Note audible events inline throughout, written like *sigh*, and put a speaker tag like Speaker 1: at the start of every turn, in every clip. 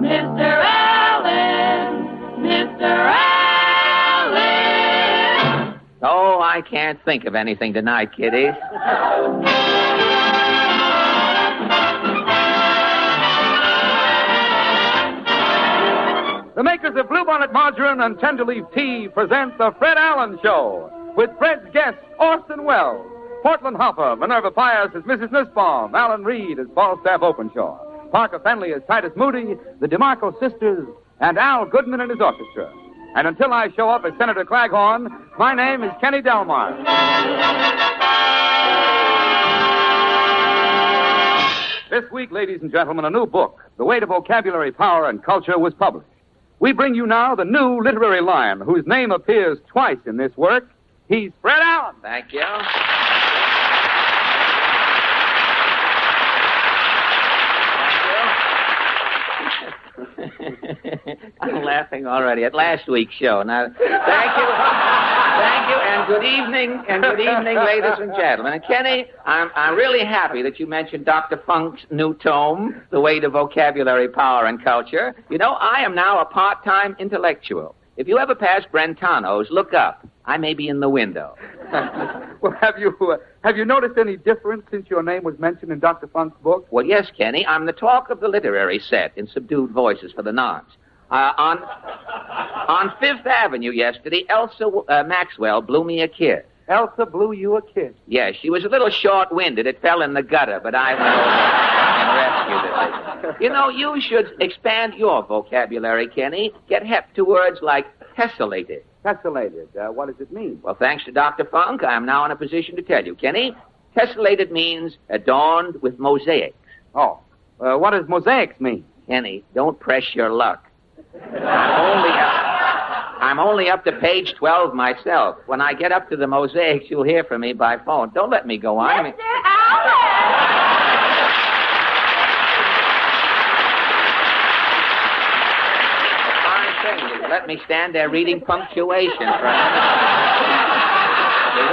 Speaker 1: Mr. Allen, Mr. Allen.
Speaker 2: Oh, I can't think of anything tonight, Kitty.
Speaker 3: The makers of Bluebonnet Margarine and Tenderleaf Tea present The Fred Allen Show with Fred's guests Orson Welles, Portland Hopper, Minerva Pyers as Mrs. Nussbaum, Alan Reed as Falstaff Openshaw, Parker Fenley as Titus Moody, the DeMarco sisters, and Al Goodman and his orchestra. And until I show up as Senator Claghorn, my name is Kenny Delmar. This week, ladies and gentlemen, a new book, The Way to Vocabulary Power and Culture, was published. We bring you now the new literary lion whose name appears twice in this work. He's Fred Allen.
Speaker 2: Thank you. *laughs* I'm laughing already at last week's show. Now, thank you. Thank you, and good evening, and good
Speaker 3: *laughs*
Speaker 2: evening, ladies and gentlemen. And Kenny, I'm, I'm really happy that you mentioned Dr. Funk's new tome, The Way to Vocabulary Power and Culture. You know, I am now a part time intellectual. If you ever pass Brentano's, look up. I may be in the window.
Speaker 3: *laughs* Well, have you uh, have you noticed any difference since your name was mentioned in Dr. Funk's book?
Speaker 2: Well, yes, Kenny, I'm the talk of the literary set in subdued voices for the nonce. Uh, on,
Speaker 3: *laughs*
Speaker 2: on Fifth Avenue yesterday, Elsa uh, Maxwell blew me a kiss.
Speaker 3: Elsa blew you a kiss.
Speaker 2: Yes, she was a little short-winded. It fell in the gutter, but I went over and rescued it. You know, you should expand your vocabulary, Kenny. Get hep to words like tessellated.
Speaker 3: Tessellated. Uh, what does it mean?
Speaker 2: Well, thanks to Dr. Funk, I'm now in a position to tell you, Kenny. Tessellated means adorned with mosaics.
Speaker 3: Oh, uh, what does mosaics mean?
Speaker 2: Kenny, don't press your luck. I'm only up, I'm only up to page 12 myself. When I get up to the mosaics, you'll hear from me by phone. Don't let me go on. I mean,
Speaker 1: Mr. Allen!
Speaker 2: fine thing. You let me stand there reading punctuation Uh, for a minute.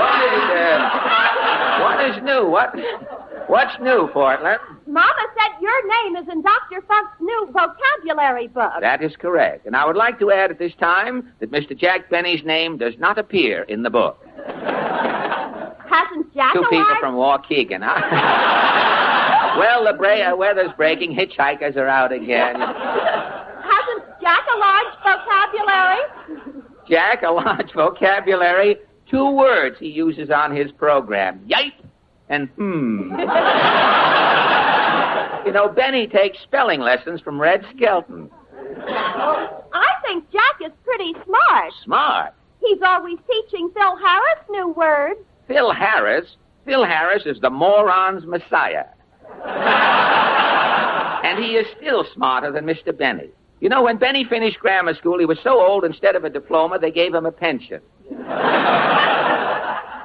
Speaker 2: What is, uh, what is new? What, what's new, Portland?
Speaker 4: Mama said your name is in Dr. Funk's new vocabulary book.
Speaker 2: That is correct. And I would like to add at this time that Mr. Jack Benny's name does not appear in the book.
Speaker 4: Hasn't Jack
Speaker 2: Two
Speaker 4: a
Speaker 2: people
Speaker 4: wife?
Speaker 2: from Waukegan, huh? *laughs* well, the bra- uh, weather's breaking. Hitchhikers are out again.
Speaker 4: *laughs* Hasn't Jack a large vocabulary?
Speaker 2: Jack, a large *laughs* vocabulary. Two words he uses on his program. Yipe and hmm. you know, Benny takes spelling lessons from Red Skelton.
Speaker 4: I think Jack is pretty smart.
Speaker 2: Smart.
Speaker 4: He's always teaching Phil Harris new words.
Speaker 2: Phil Harris. Phil Harris is the moron's messiah. and he is still smarter than Mr. Benny. You know, when Benny finished grammar school, he was so old, instead of a diploma, they gave him a pension.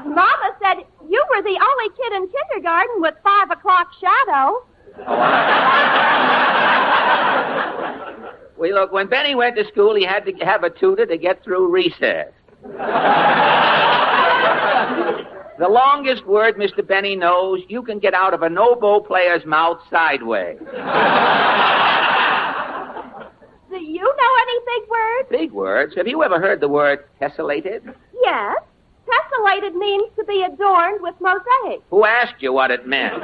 Speaker 4: Mama said you were the only kid in kindergarten with five o'clock shadow.
Speaker 2: Well, look, when Benny went to school, he had to have a tutor to get through recess. the longest word Mr. Benny knows, you can get out of a no-bow player's mouth sideways.
Speaker 4: Do you know any big words?
Speaker 2: Big words. Have you ever heard the word tessellated?
Speaker 4: Yes. Tessellated means to be adorned with mosaic.
Speaker 2: Who asked you what it meant?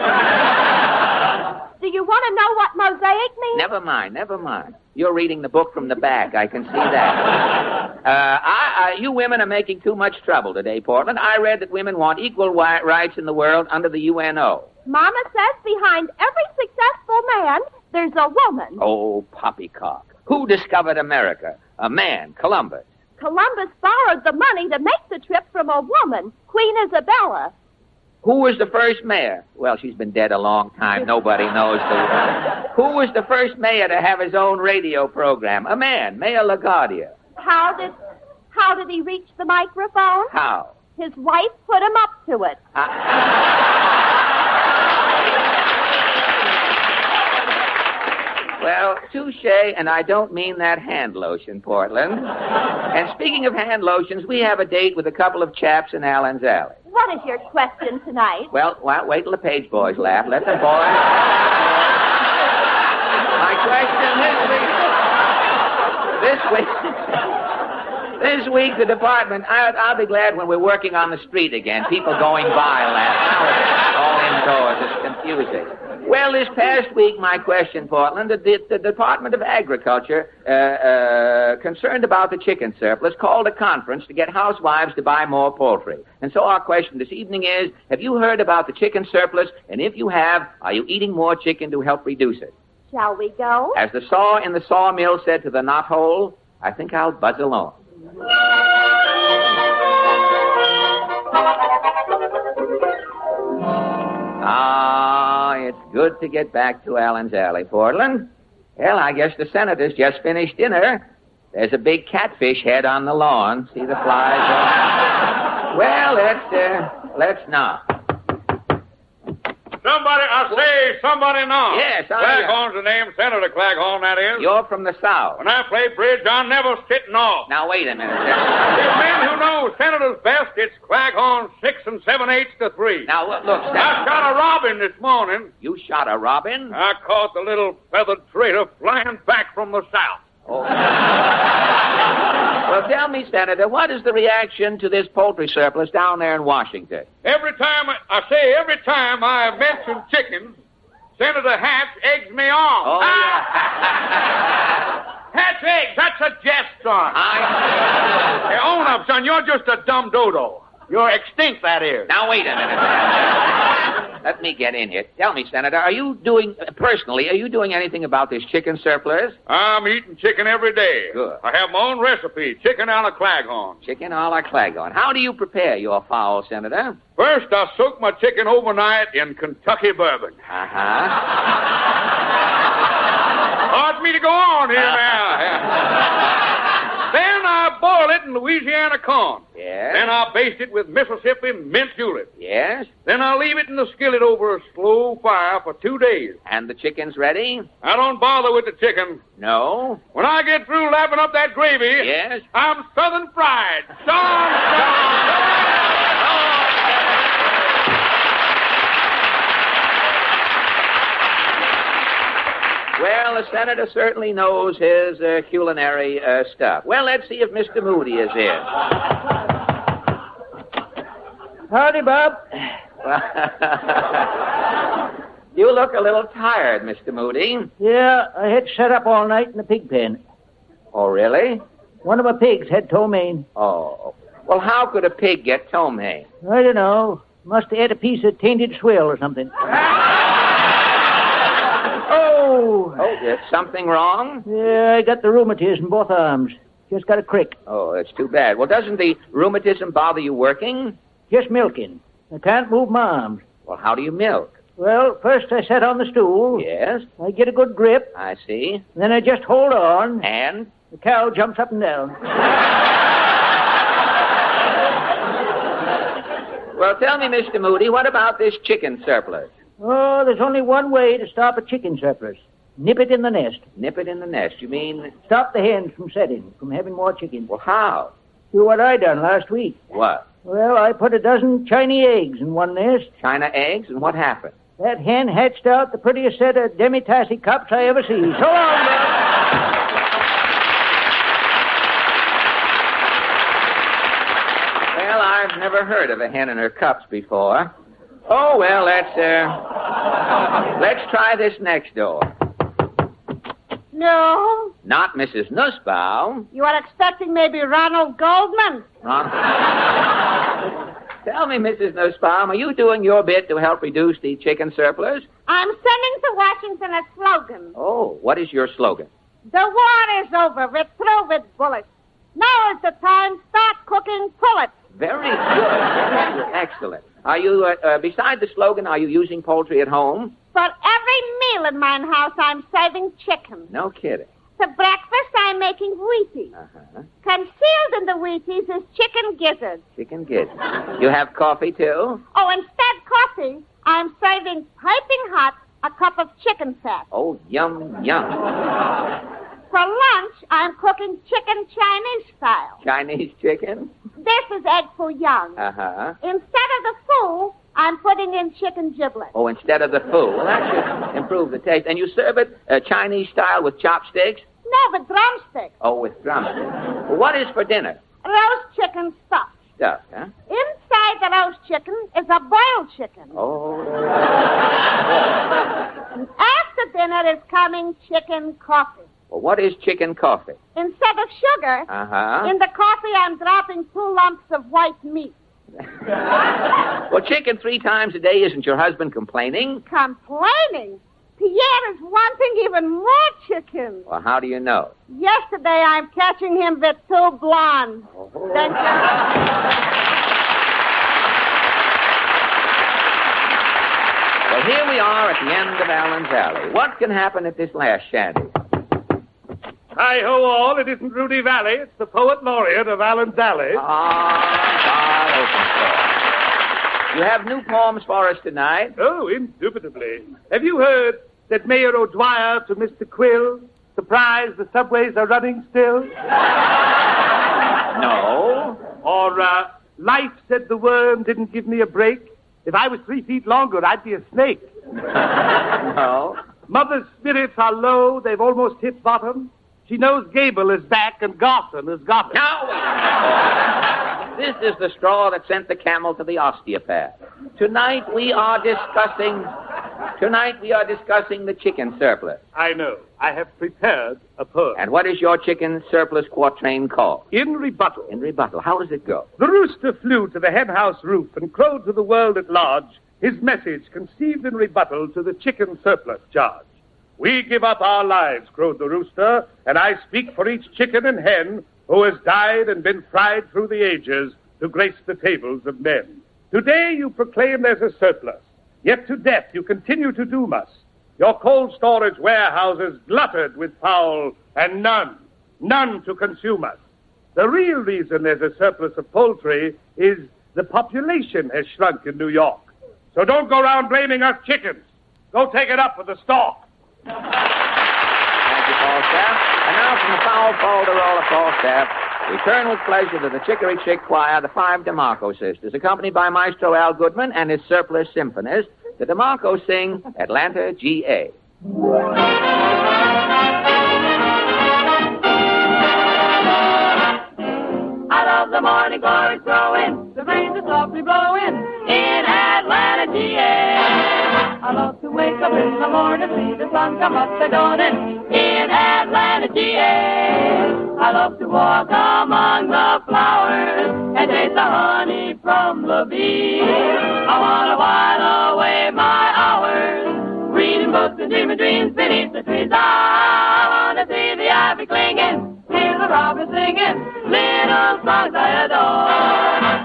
Speaker 4: Do you want to know what mosaic means?
Speaker 2: Never mind, never mind. You're reading the book from the back. I can see
Speaker 4: *laughs*
Speaker 2: that. Uh, I, I, you women are making too much trouble today, Portland. I read that women want equal wi- rights in the world under the UNO.
Speaker 4: Mama says behind every successful man, there's a woman.
Speaker 2: Oh, poppycock. Who discovered America? A man, Columbus.
Speaker 4: Columbus borrowed the money to make the trip from a woman, Queen Isabella.
Speaker 2: Who was the first mayor? Well, she's been dead a long time. Nobody knows the. Who was the first mayor to have his own radio program? A man, Mayor LaGuardia.
Speaker 4: How did how did he reach the microphone?
Speaker 2: How?
Speaker 4: His wife put him up to it.
Speaker 2: Well, touche, and I don't mean that hand lotion, Portland. and speaking of hand lotions, we have a date with a couple of chaps in Allen's Alley.
Speaker 4: When What is your question tonight?
Speaker 2: Well, wait, wait till the page boys laugh. Let the boys. My question *laughs* this week. This week. This week, the department. I, I'll be glad when we're working on the street again. People going by laugh. Now it's all indoors. It's confusing. Well, this past week, my question, Portland, the, the, the Department of Agriculture, uh, uh, concerned about the chicken surplus, called a conference to get housewives to buy more poultry. And so our question this evening is, have you heard about the chicken surplus? And if you have, are you eating more chicken to help reduce it?
Speaker 4: Shall we go?
Speaker 2: As the saw in the sawmill said to the knot hole, I think I'll buzz along. Ah, it's good to get back to Allen's Alley, Portland. Well, I guess the senators just finished dinner. There's a big catfish head on the lawn. See the flies? well, let's uh, let's knock.
Speaker 5: Somebody, I say, somebody now.
Speaker 2: Yes, I- uh,
Speaker 5: Claghorn's the name, Senator Claghorn, that is.
Speaker 2: You're from the South.
Speaker 5: When I play bridge, I never sit and off.
Speaker 2: Now wait a
Speaker 5: *laughs*
Speaker 2: minute.
Speaker 5: The men who know senators best, it's Claghorn six and seven eighths to three.
Speaker 2: Now look, look,
Speaker 5: I
Speaker 2: Senator.
Speaker 5: shot a robin this morning.
Speaker 2: You shot a robin?
Speaker 5: I caught the little feathered traitor flying back from the south.
Speaker 2: Oh. well, tell me, Senator, what is the reaction to this poultry surplus down there in Washington?
Speaker 5: Every time I, I say every time I mention chickens, Senator Hatch eggs me on.
Speaker 2: Oh,
Speaker 5: Ah! *laughs* Hatch eggs, that's a jest, son.
Speaker 2: I.
Speaker 5: Hey, own up, son. You're just a dumb dodo. You're extinct, that is.
Speaker 2: Now wait a minute. Let me get in here. Tell me, Senator, are you doing personally? Are you doing anything about this chicken surplus?
Speaker 5: *laughs* I'm eating chicken every day.
Speaker 2: Good.
Speaker 5: I have my own recipe, chicken a la claghorn.
Speaker 2: Chicken a la Claghorn. How do you prepare your fowl, Senator?
Speaker 5: First, I soak my chicken overnight in Kentucky bourbon.
Speaker 2: Uh huh.
Speaker 5: Hard for me to go on
Speaker 2: *laughs*
Speaker 5: here now. then I boil it in Louisiana corn.
Speaker 2: Yes.
Speaker 5: Then I baste it with Mississippi mint julep.
Speaker 2: Yes.
Speaker 5: Then I leave it in the skillet over a slow fire for two days.
Speaker 2: And the chicken's ready?
Speaker 5: I don't bother with the
Speaker 6: Oh,
Speaker 5: chicken.
Speaker 2: No.
Speaker 5: When I get through lapping up that gravy,
Speaker 2: Yes.
Speaker 5: I'm southern fried. Don,
Speaker 2: Well, the senator certainly knows his uh, culinary uh, stuff. Well, let's see if Mr. Moody is here. Howdy, Bob. *laughs* you look a little tired, Mr. Moody.
Speaker 7: Yeah, I had shut up all night in the pig pen.
Speaker 2: Oh, really?
Speaker 7: One of my pigs had ptomaine.
Speaker 2: Oh. Well, how could a pig get ptomaine?
Speaker 7: I don't know. Must have had a piece of tainted swill or something. oh!
Speaker 2: Oh, is something wrong?
Speaker 7: Yeah, I got the rheumatism in both arms. Just got a crick.
Speaker 2: Oh, that's too bad. Well, doesn't the rheumatism bother you working?
Speaker 7: Just milking. I can't move my arms.
Speaker 2: Well, how do you milk?
Speaker 7: Well, first I sit on the stool.
Speaker 2: Yes,
Speaker 7: I get a good grip.
Speaker 2: I see.
Speaker 7: Then I just hold on.
Speaker 2: And?
Speaker 7: The cow jumps up and down.
Speaker 2: Well, tell me, Mr. Moody, what about this chicken surplus?
Speaker 7: Oh, there's only one way to stop a chicken surplus. Nip it in the nest.
Speaker 2: Nip it in the nest. You mean,
Speaker 7: Stop the hens from setting, from having more chickens.
Speaker 2: well, how?
Speaker 7: Do what I done last week.
Speaker 2: What?
Speaker 7: Well, I put a dozen Chinese eggs in one nest.
Speaker 2: China eggs? And what happened?
Speaker 7: That hen hatched out the prettiest set of demi-tassie cups I ever see. So long, Bob.
Speaker 2: Well, I've never heard of a hen and her cups before. Oh, well, let's, uh, *laughs* let's try this next door.
Speaker 8: No,
Speaker 2: Not Mrs. Nussbaum.
Speaker 8: you are expecting maybe Ronald Goldman.
Speaker 2: Ron- Tell me, Mrs. Nussbaum, are you doing your bit to help reduce the chicken surplus?
Speaker 8: I'm sending to Washington a slogan.
Speaker 2: Oh, what is your slogan?
Speaker 8: The war is over. We're through with bullets. Now is the time. Start cooking pullets.
Speaker 2: Very good. Excellent. Are you, uh, uh, beside the slogan, are you using poultry at home?
Speaker 8: For every meal in mine house, I'm serving chicken.
Speaker 2: No kidding.
Speaker 8: For breakfast, I'm making Wheaties.
Speaker 2: Uh-huh.
Speaker 8: Concealed in the Wheaties is chicken gizzards.
Speaker 2: Chicken gizzard. You have coffee, too?
Speaker 8: Oh, instead coffee, I'm serving piping hot a cup of chicken fat.
Speaker 2: Oh, yum, yum.
Speaker 8: For lunch, I'm cooking chicken Chinese style.
Speaker 2: Chinese chicken?
Speaker 8: This is egg foo young.
Speaker 2: Uh huh.
Speaker 8: Instead of the foo, I'm putting in chicken giblets.
Speaker 2: Oh, instead of the foo. Well, that should improve the taste. And you serve it uh, Chinese style with chopsticks?
Speaker 8: No, but drumsticks.
Speaker 2: Oh, with drumsticks. What is for dinner?
Speaker 8: Roast chicken stuffed.
Speaker 2: Stuff, huh?
Speaker 8: Inside the roast chicken is a boiled
Speaker 2: *laughs*
Speaker 8: chicken.
Speaker 2: Oh.
Speaker 8: After dinner is coming chicken coffee.
Speaker 2: Well, what is chicken coffee?
Speaker 8: Instead of sugar,
Speaker 2: Uh huh.
Speaker 8: in the coffee I'm dropping two lumps of white meat.
Speaker 2: Well, chicken three times a day isn't your husband complaining?
Speaker 8: Complaining? Pierre is wanting even more chicken.
Speaker 2: Well, how do you know?
Speaker 8: Yesterday I'm catching him with two blondes. Then
Speaker 2: Well, here we are at the end of Allen's Alley. What can happen at this last shanty?
Speaker 9: Hi ho all, it isn't Rudy Valley, it's the poet laureate of Allen's Alley.
Speaker 2: Ah, God, open door. You have new poems for us tonight.
Speaker 9: Oh, indubitably. Have you heard that Mayor O'Dwyer to Mr. Quill? Surprise, the subways are running still.
Speaker 2: No.
Speaker 9: Or, uh, life, said the worm, didn't give me a break. If I was three feet longer, I'd be a snake.
Speaker 2: No.
Speaker 9: Mother's spirits are low, they've almost hit bottom. She knows Gable is back and Gotham is Gotham.
Speaker 2: Now, this is the straw that sent the camel to the osteopath. Tonight we are discussing. Tonight we are discussing the chicken surplus.
Speaker 9: I know. I have prepared a poem.
Speaker 2: And what is your chicken surplus quatrain called?
Speaker 9: in rebuttal,
Speaker 2: In rebuttal, how does it go?
Speaker 9: The rooster flew to the hen house roof and crowed to the world at large his message conceived in rebuttal to the chicken surplus charge. We give up our lives, crowed the rooster, and I speak for each chicken and hen who has died and been fried through the ages to grace the tables of men. Today you proclaim there's a surplus, yet to death you continue to doom us. Your cold storage warehouses glutted with fowl, and none, none to consume us. The real reason there's a surplus of poultry is the population has shrunk in New York. So don't go around blaming us chickens. Go take it up with the stork.
Speaker 2: Thank you, Falstaff. And now from the foul folderol of Falstaff, we turn with pleasure to the Chicory Chick Choir, the five DeMarco sisters, accompanied by Maestro Al Goodman and his surplus symphonist. The DeMarco sing Atlanta G.A.
Speaker 1: I love the morning glory growing, the rain is softly blowing in Atlanta, GA. I love to wake up in the morning, see the sun come up the dawning in Atlanta, GA. I love to walk among the flowers and taste the honey from the bees. I wanna while away my hours reading books and dreaming dreams beneath the trees. I wanna see the ivy clinging, hear the robin singing, little songs I adore.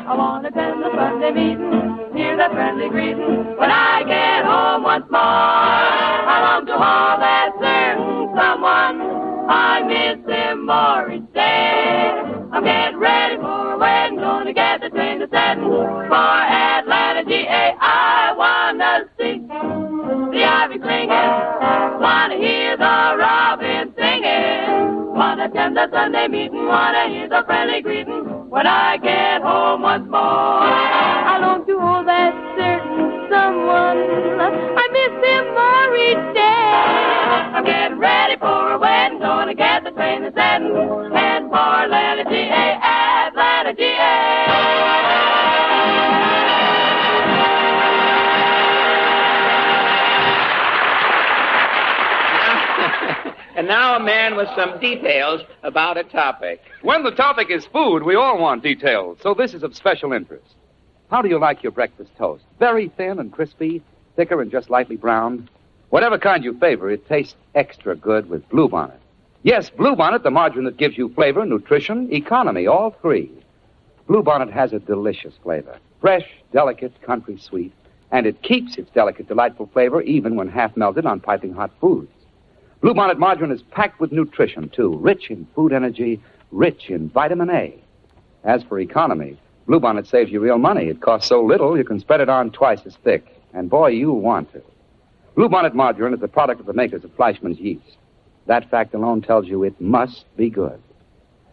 Speaker 1: I wanna attend the Sunday meeting, hear the friendly greeting when I get home once more. I long to all that certain someone. I miss him more each day. I'm getting ready for a wedding, gonna get the train to setting for Atlanta, GA. I wanna see the ivy clinging. Wanna hear the robin singing. Wanna attend the Sunday meeting. Wanna hear the friendly greeting. When I get home once more, I long to hold that certain someone. I miss him more each day. I'm getting ready for a wedding. Gonna get the train that's heading. Head for Atlanta, GA. Atlanta, GA.
Speaker 2: and now a man with some details about a topic.
Speaker 3: When the topic is food, we all want details, so this is of special interest. How do you like your breakfast toast? Very thin and crispy, thicker and just lightly browned? Whatever kind you favor, it tastes extra good with Bluebonnet. Yes, Bluebonnet, the margarine that gives you flavor, nutrition, economy, all three. Bluebonnet has a delicious flavor. Fresh, delicate, country sweet, and it keeps its delicate, delightful flavor even when half melted on piping hot foods. Bluebonnet margarine is packed with nutrition, too, rich in food energy, rich in vitamin A. As for economy, Bluebonnet saves you real money. It costs so little you can spread it on twice as thick. And boy, you want to. Bluebonnet margarine is the product of the makers of Fleischmann's yeast.
Speaker 10: That fact alone tells you it must be good.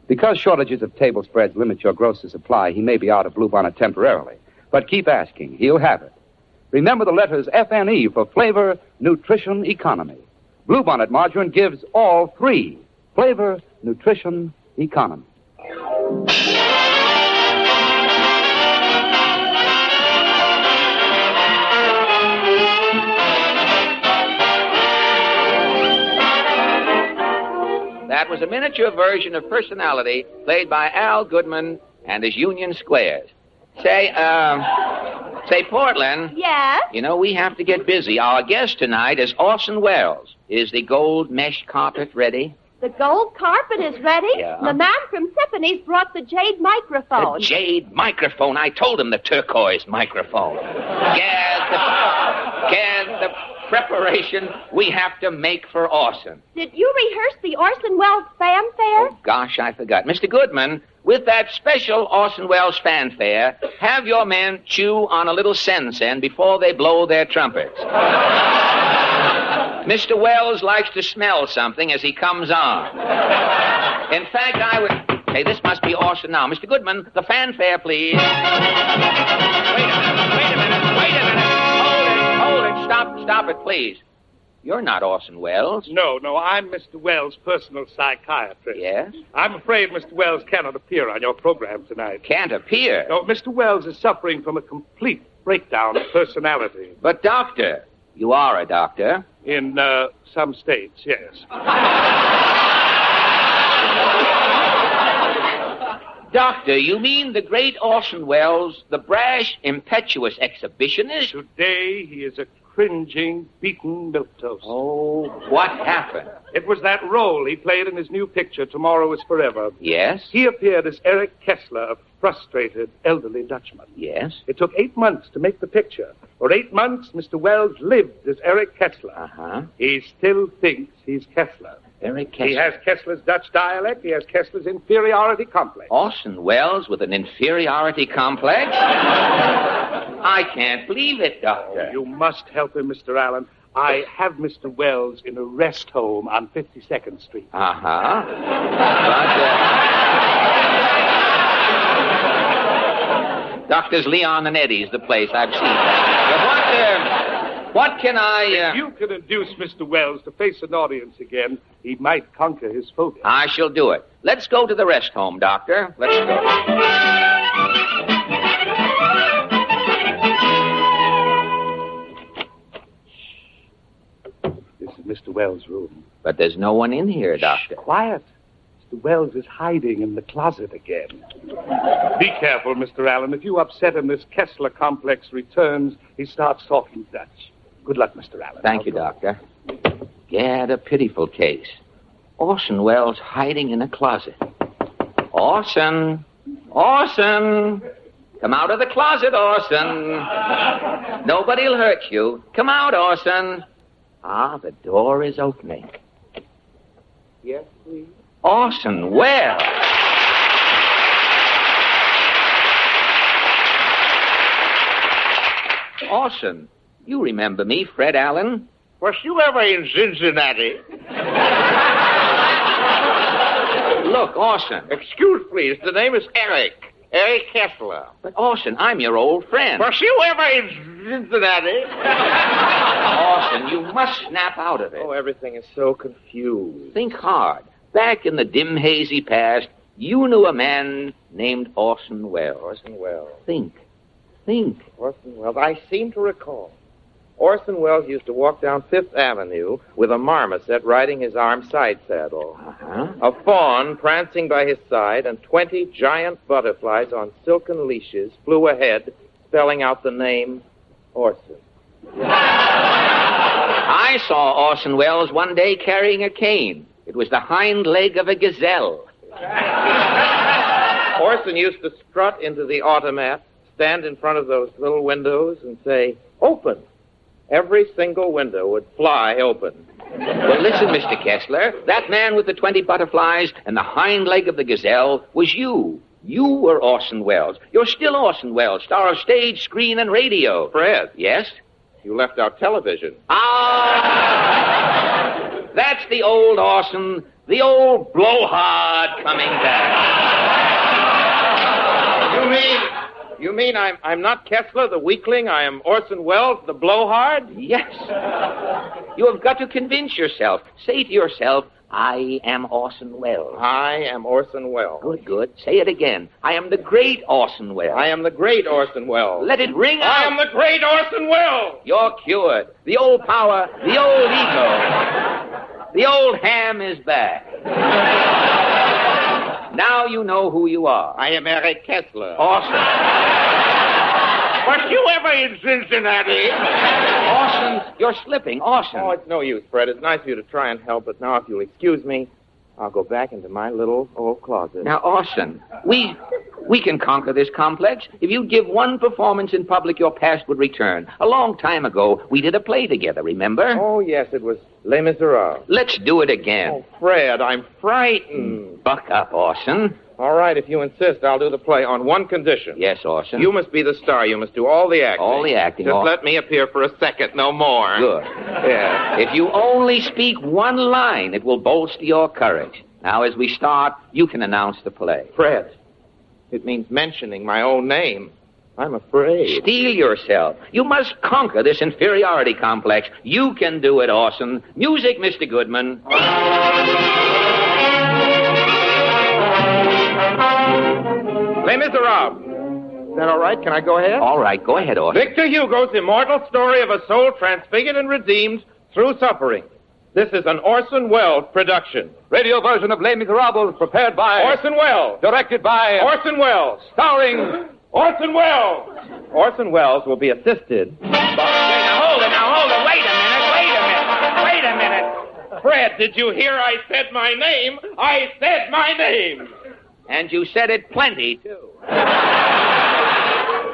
Speaker 10: Because shortages of table spreads limit your grocer's supply, he may be out of Bluebonnet temporarily. But keep asking. He'll have it. Remember the letters FNE for flavor, nutrition, economy. Bluebonnet margarine gives all three flavor, nutrition, economy.
Speaker 2: That was a miniature version of Personality played by Al Goodman and his Union Squares. Say, um, say, Portland.
Speaker 4: Yes?
Speaker 2: You know, we have to get busy. Our guest tonight is Orson Welles. Is the gold mesh carpet ready?
Speaker 4: The gold carpet is ready.
Speaker 2: Yeah.
Speaker 4: The man from Tiffany's brought the jade microphone.
Speaker 2: The jade microphone. I told him the turquoise microphone. Gad, the, gad, the preparation we have to make for Orson.
Speaker 4: Did you rehearse the Orson Welles fanfare?
Speaker 2: Gosh, I forgot. Mr. Goodman, with that special Orson Welles fanfare, have your men chew on a little sen-sen before they blow their trumpets. *laughs* Mr. Wells likes to smell something as he comes on. In fact, I would. Hey, this must be Orson now. Mr. Goodman, the fanfare, please. Wait a minute, wait a minute, wait a minute. Hold it, hold it. Stop, stop it, please. You're not Orson Welles.
Speaker 9: No, no, I'm Mr. Wells' personal psychiatrist.
Speaker 2: Yes?
Speaker 9: I'm afraid Mr. Wells cannot appear on your program tonight.
Speaker 2: Can't appear.
Speaker 9: No, Mr. Wells is suffering from a complete breakdown of personality.
Speaker 2: But, doctor, you are a doctor.
Speaker 9: In uh, some states, yes.
Speaker 2: Doctor, you mean the great Orson Welles, the brash, impetuous exhibitionist?
Speaker 9: Today he is a cringing, beaten milquetoast.
Speaker 2: Oh, what happened?
Speaker 9: It was that role he played in his new picture, Tomorrow is Forever.
Speaker 2: Yes?
Speaker 9: He appeared as Eric Kessler, a frustrated elderly Dutchman.
Speaker 2: Yes?
Speaker 9: It took eight months to make the picture. For eight months, Mr. Wells lived as Eric Kessler.
Speaker 2: Uh-huh.
Speaker 9: He still thinks he's Kessler.
Speaker 2: Very
Speaker 9: He has Kessler's Dutch dialect. He has Kessler's inferiority complex.
Speaker 2: Orson Welles with an inferiority complex? I can't believe it, Doctor.
Speaker 9: You must help him, Mr. Allen. I have Mr. Wells in a rest home on 52nd Street.
Speaker 2: Uh-huh. But, uh... Doctors Leon and Eddie's the place I've seen. But what, uh, what can I... Uh...
Speaker 9: If you could induce Mr. Wells to face an audience again, he might conquer his phobia.
Speaker 2: I shall do it. Let's go to the rest home, Doctor. Let's go.
Speaker 9: This is Mr. Wells' room.
Speaker 2: But there's no one in here, Doctor.
Speaker 9: Quiet. Mr. Wells is hiding in the closet again. Be careful, Mr. Allen. If you upset him, this Kessler complex returns. He starts talking Dutch. Good luck, Mr. Allen.
Speaker 2: Thank you, Doctor. Gad, a pitiful case. Orson Welles hiding in a closet. Orson! Orson! Come out of the closet, Orson! Nobody'll hurt you. Come out, Orson! Ah, the door is opening. Yes, please. Orson Welles! Orson, you remember me, Fred Allen?
Speaker 6: Was you ever in Cincinnati?
Speaker 2: Look, Orson.
Speaker 6: Excuse, please. The name is Eric. Eric Kessler.
Speaker 2: But Orson, I'm your old friend.
Speaker 6: Was you ever in Cincinnati?
Speaker 2: *laughs* Orson, you must snap out of it.
Speaker 6: eh? Oh, everything is so confused.
Speaker 2: Think hard. Back in the dim, hazy past, you knew a man named Orson Welles.
Speaker 6: Orson Welles.
Speaker 2: Think. Think.
Speaker 6: Orson Welles. I seem to recall. Orson Welles used to walk down Fifth Avenue with a marmoset riding his arm side saddle.
Speaker 2: Uh-huh.
Speaker 6: A fawn prancing by his side, and twenty giant butterflies on silken leashes flew ahead, spelling out the name Orson.
Speaker 2: I saw Orson Welles one day carrying a cane. It was the hind leg of a gazelle.
Speaker 6: Orson used to strut into the automat, stand in front of those little windows, and say, Open! Every single window would fly open.
Speaker 2: Well, listen, Mr. Kessler. That man with the 20 butterflies and the hind leg of the gazelle was you. You were Orson Welles. You're still Orson Welles, star of stage, screen, and radio.
Speaker 6: Fred,
Speaker 2: Yes?
Speaker 6: you left out television.
Speaker 2: Ah! That's the old Orson, the old blowhard coming back.
Speaker 6: You mean you mean I'm I'm not Kessler, the weakling? I am Orson Welles, the blowhard?
Speaker 2: Yes. You have got to convince yourself. Say to yourself, I am Orson Welles.
Speaker 6: I am Orson Welles.
Speaker 2: Good, good. Say it again. I am the great Orson Welles.
Speaker 6: I am the great Orson Welles.
Speaker 2: Let it ring
Speaker 6: I
Speaker 2: out.
Speaker 6: am the great Orson Welles.
Speaker 2: You're cured. The old power, the old ego. the old ham is back. now you know who you are.
Speaker 6: I am Eric Kessler.
Speaker 2: Orson.
Speaker 6: Weren't you ever in
Speaker 3: *laughs*
Speaker 6: Cincinnati?
Speaker 2: Orson, you're slipping. Orson.
Speaker 6: Oh, it's no use, Fred. It's nice of you to try and help, but now if you'll excuse me, I'll go back into my little old closet.
Speaker 2: Now, Orson, we we can conquer this complex. If you give one performance in public, your past would return. A long time ago, we did a play together, remember?
Speaker 6: Oh, yes, it was Les Miserables.
Speaker 2: Let's do it again.
Speaker 6: Oh, Fred, I'm frightened.
Speaker 2: Hmm. Buck up, Orson.
Speaker 6: All right, if you insist, I'll do the play on one condition.
Speaker 2: Yes, Orson.
Speaker 6: You must be the star. You must do all the acting.
Speaker 2: All the acting,
Speaker 6: Just
Speaker 2: all-
Speaker 6: let me appear for a second, no more.
Speaker 2: Good.
Speaker 6: Yeah.
Speaker 2: If you only speak one line, it will bolster your courage. Now, as we start, you can announce the play.
Speaker 6: Fred, it means mentioning my own name. I'm afraid.
Speaker 2: Steel yourself. You must conquer this inferiority complex. You can do it, Orson. Music, Mr. Goodman.
Speaker 6: Les Miserables. Is that all right? Can I go ahead?
Speaker 2: All right, go ahead, Orson.
Speaker 6: Victor Hugo's immortal story of a soul transfigured and redeemed through suffering. This is an Orson Welles production.
Speaker 3: Radio version of Les Miserables prepared by.
Speaker 6: Orson Welles.
Speaker 3: Directed by.
Speaker 6: Orson Welles.
Speaker 3: Starring.
Speaker 6: Orson Welles. Orson Welles will be assisted.
Speaker 2: Now, hold it, now, hold it. Wait a minute, wait a minute, wait a minute.
Speaker 6: Fred, did you hear I said my name? I said my name.
Speaker 2: And you said it plenty, too.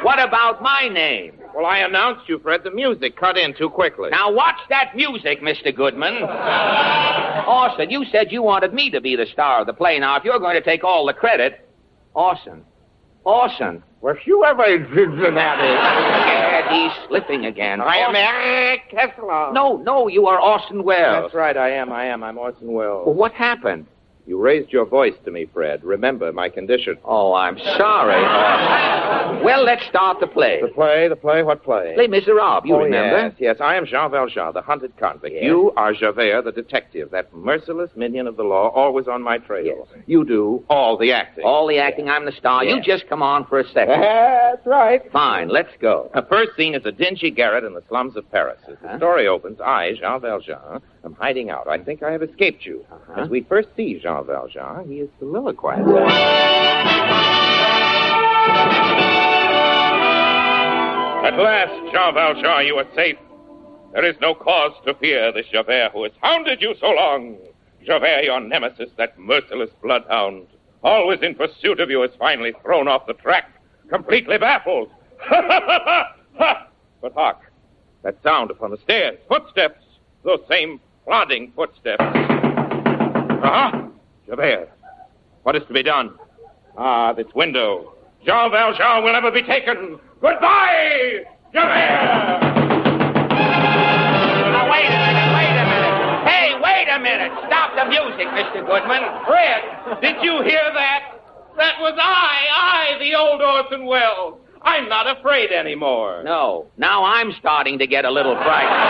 Speaker 2: what about my name?
Speaker 6: Well, I announced you, Fred. The music cut in too quickly.
Speaker 2: Now watch that music, Mr. Goodman. Orson, you said you wanted me to be the star of the play. Now, if you're going to take all the credit, Orson, Orson.
Speaker 6: were you ever in Cincinnati?
Speaker 2: *laughs* Yeah, he's slipping again.
Speaker 6: I am
Speaker 2: Orson-
Speaker 6: Eric Kessler.
Speaker 2: No, no, you are Orson Welles.
Speaker 6: That's right, I am, I am. I'm Orson Welles.
Speaker 2: Well, What happened?
Speaker 6: You raised your voice to me, Fred. Remember my condition.
Speaker 2: Oh, I'm
Speaker 6: *laughs*
Speaker 2: sorry. Orson. well, let's start the play.
Speaker 6: The play, the play, what play?
Speaker 2: Les Miserables, you
Speaker 6: oh,
Speaker 2: remember?
Speaker 6: Yes, yes. I am Jean Valjean, the hunted convict. You are Javert, the detective, that merciless minion of the law, always on my trail. You do all the acting.
Speaker 2: All the acting, I'm the star. You just come on for a second.
Speaker 6: That's right.
Speaker 2: Fine, let's go.
Speaker 6: The first scene is a dingy garret in the slums of Paris. As the
Speaker 2: Uh-huh.
Speaker 6: story opens, I, Jean Valjean, am hiding out. I think I have escaped you.
Speaker 2: Uh-huh.
Speaker 6: As we first see Jean Valjean, he is soliloquizing. At last, Jean Valjean, you are safe. There is no cause to fear this Javert who has hounded you so long. Javert, your nemesis, that merciless bloodhound, always in pursuit of you, is finally thrown off the track, completely baffled. *laughs* Ha ha ha ha! ha! But hark, that sound upon the stairs, footsteps, those same plodding footsteps. Aha! Javert, what is to be done? Ah, this window. Jean Valjean will never be taken. Goodbye, Javert!
Speaker 2: Now, wait a minute, wait a minute. Hey, wait a minute. Stop the music, Mr. Goodman.
Speaker 6: Fred, did you hear that? That was I, I, the old Orson Welles. I'm not afraid anymore.
Speaker 2: No, now I'm starting to get a little frightened.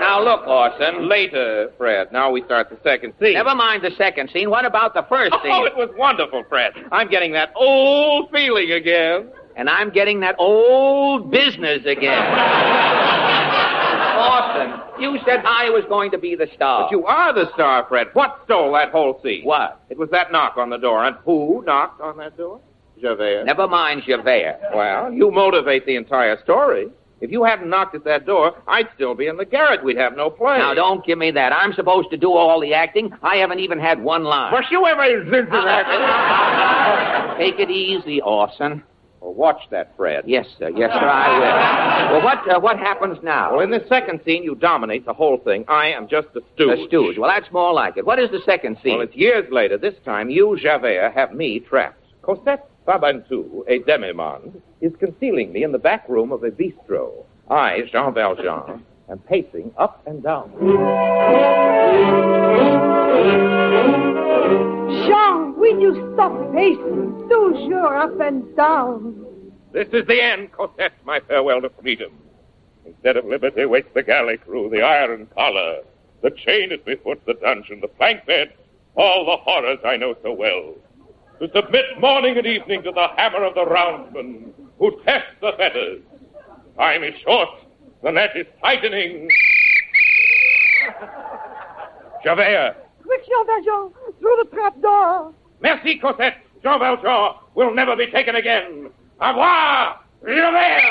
Speaker 2: now, look, Orson.
Speaker 6: Later, Fred. Now we start the second scene.
Speaker 2: Never mind the second scene. What about the first scene?
Speaker 6: Oh, it was wonderful, Fred. I'm getting that old feeling again.
Speaker 2: And I'm getting that old business again. Orson, you said I was going to be the star.
Speaker 6: But you are the star, Fred. What stole that whole scene?
Speaker 2: What?
Speaker 6: It was that knock on the door. And who knocked on that door? Javert.
Speaker 2: Never mind Javert.
Speaker 6: Well, you motivate the entire story. If you hadn't knocked at that door, I'd still be in the garret. We'd have no play.
Speaker 2: Now, don't give me that. I'm supposed to do all the acting. I haven't even had one line.
Speaker 6: Were you ever in Cincinnati?
Speaker 2: Take it easy, Orson.
Speaker 6: Well, watch that, Fred.
Speaker 2: Yes, sir. Yes, sir. I will. Well, what uh, what happens now?
Speaker 6: Well, in the second scene, you dominate the whole thing. I am just the stooge.
Speaker 2: the stooge. Well, that's more like it. What is the second scene?
Speaker 6: Well, it's years later. This time, you, Javert, have me trapped. Cosette Fabantou, a demimonde, is concealing me in the back room of a bistro. I, Jean Valjean, and pacing up and down.
Speaker 8: Jean, will you stop pacing? Toujours up and down.
Speaker 11: This is the end, Cosette, my farewell to freedom. Instead of liberty waits the galley crew, the iron collar, the chain at my foot, the dungeon, the plank bed, all the horrors I know so well. To submit morning and evening to the hammer of the roundsman who tests the fetters. Time is short, the net is tightening. Javert,
Speaker 8: Quick, Jean Valjean, through the trap door.
Speaker 11: merci, Cosette. Jean Valjean will never be taken again. Au revoir, Javert!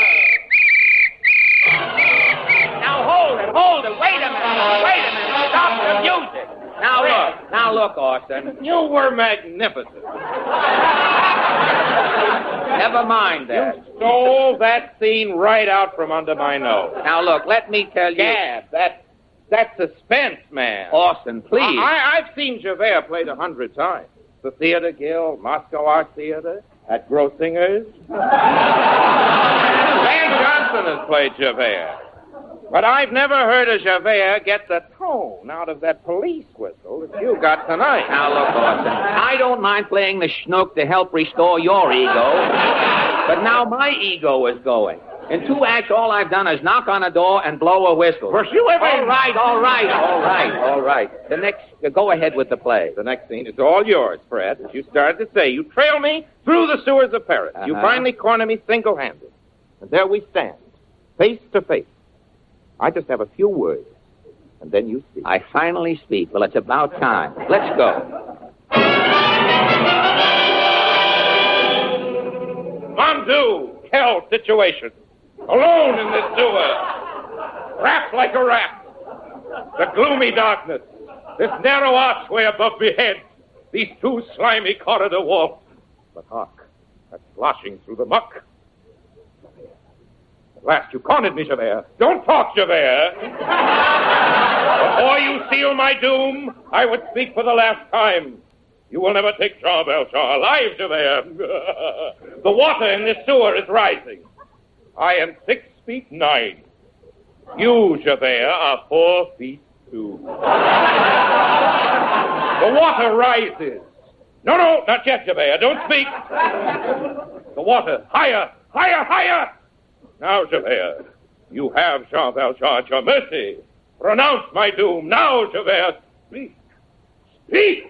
Speaker 2: Now hold it, hold it. Wait a minute. Wait a minute. Stop the music. Now look. Now look, Austin. You were magnificent. Never mind that.
Speaker 11: Stole that scene right out from under my nose.
Speaker 2: Now look, let me tell you.
Speaker 11: Gab, that that suspense, man.
Speaker 2: Austin, please.
Speaker 11: I, I, have seen Javert played a hundred times. The Theater Guild, Moscow Art Theater, at
Speaker 2: *laughs*
Speaker 11: Grossinger's. Van Johnson has played Javert. But I've never heard a Javert get the tone out of that police whistle that you got tonight.
Speaker 2: Now look, Austin. I don't mind playing the schnook to help restore your ego, but now my ego is going. In two acts, all I've done is knock on a door and blow a whistle.
Speaker 11: Were you ever-
Speaker 2: All right, all right, all right, all right. The next,
Speaker 11: uh,
Speaker 2: go ahead with the play.
Speaker 11: The next scene is all yours, Fred. As you started to say, you trail me through the sewers of Paris. You
Speaker 2: Uh-huh.
Speaker 11: finally corner me single handed. And there we stand, face to face. I just have a few words, and then you speak.
Speaker 2: I finally speak. Well, it's about time. Let's go.
Speaker 11: Bondo, hell situation. Alone in this sewer. Wrapped like a rat. The gloomy darkness. This narrow archway above me head. These two slimy corridor walls. But hark, that sloshing through the muck. At last you cornered me, Javert. Don't talk, Javert. Before you seal my doom, I would speak for the last time. You will never take Jean Valjean alive, Javert. *laughs* the water in this sewer is rising. I am six feet nine. You, Javert, are four feet two. the water rises. No, no, not yet, Javert. Don't speak. The water, higher, higher, higher. Now, Javert, you have Jean Valjean at your mercy. Pronounce my doom. Now, Javert, speak. Speak!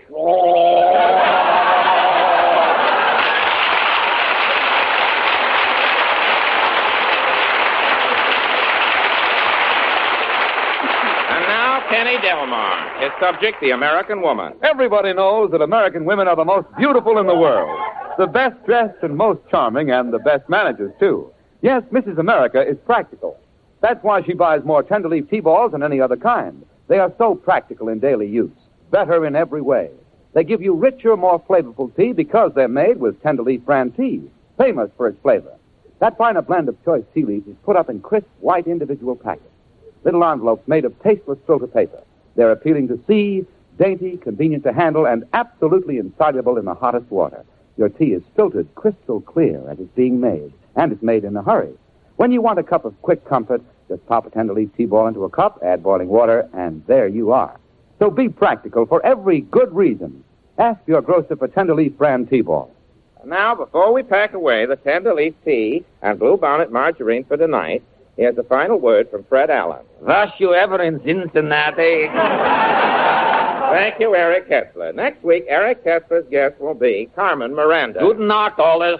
Speaker 11: And now, Kenny Delmar. His subject, the American woman.
Speaker 3: Everybody knows that American women are the most beautiful in the world, the best dressed and most charming, and the best managers, too. Yes, Mrs. America is practical. That's why she buys more tenderleaf tea balls than any other kind. They are so practical in daily use, better in every way. They give you richer, more flavorful tea because they're made with tenderleaf brand tea, famous for its flavor. That finer blend of choice tea leaves is put up in crisp, white individual packets little envelopes made of tasteless filter paper. They're appealing to see, dainty, convenient to handle, and absolutely insoluble in the hottest water. Your tea is filtered crystal clear as it's being made, and it's made in a hurry. When you want a cup of quick comfort, just pop a tender leaf tea ball into a cup, add boiling water, and there you are. So be practical for every good reason. Ask your grocer for tender leaf brand tea ball.
Speaker 11: Now, before we pack away the tender leaf tea and bluebonnet margarine for tonight, here's a final word from Fred Allen.
Speaker 2: Was you ever in
Speaker 11: *laughs*
Speaker 2: Cincinnati?
Speaker 11: Thank you, Eric Kessler. Next week, Eric Kessler's guest will be Carmen Miranda.
Speaker 2: Good night, dollars.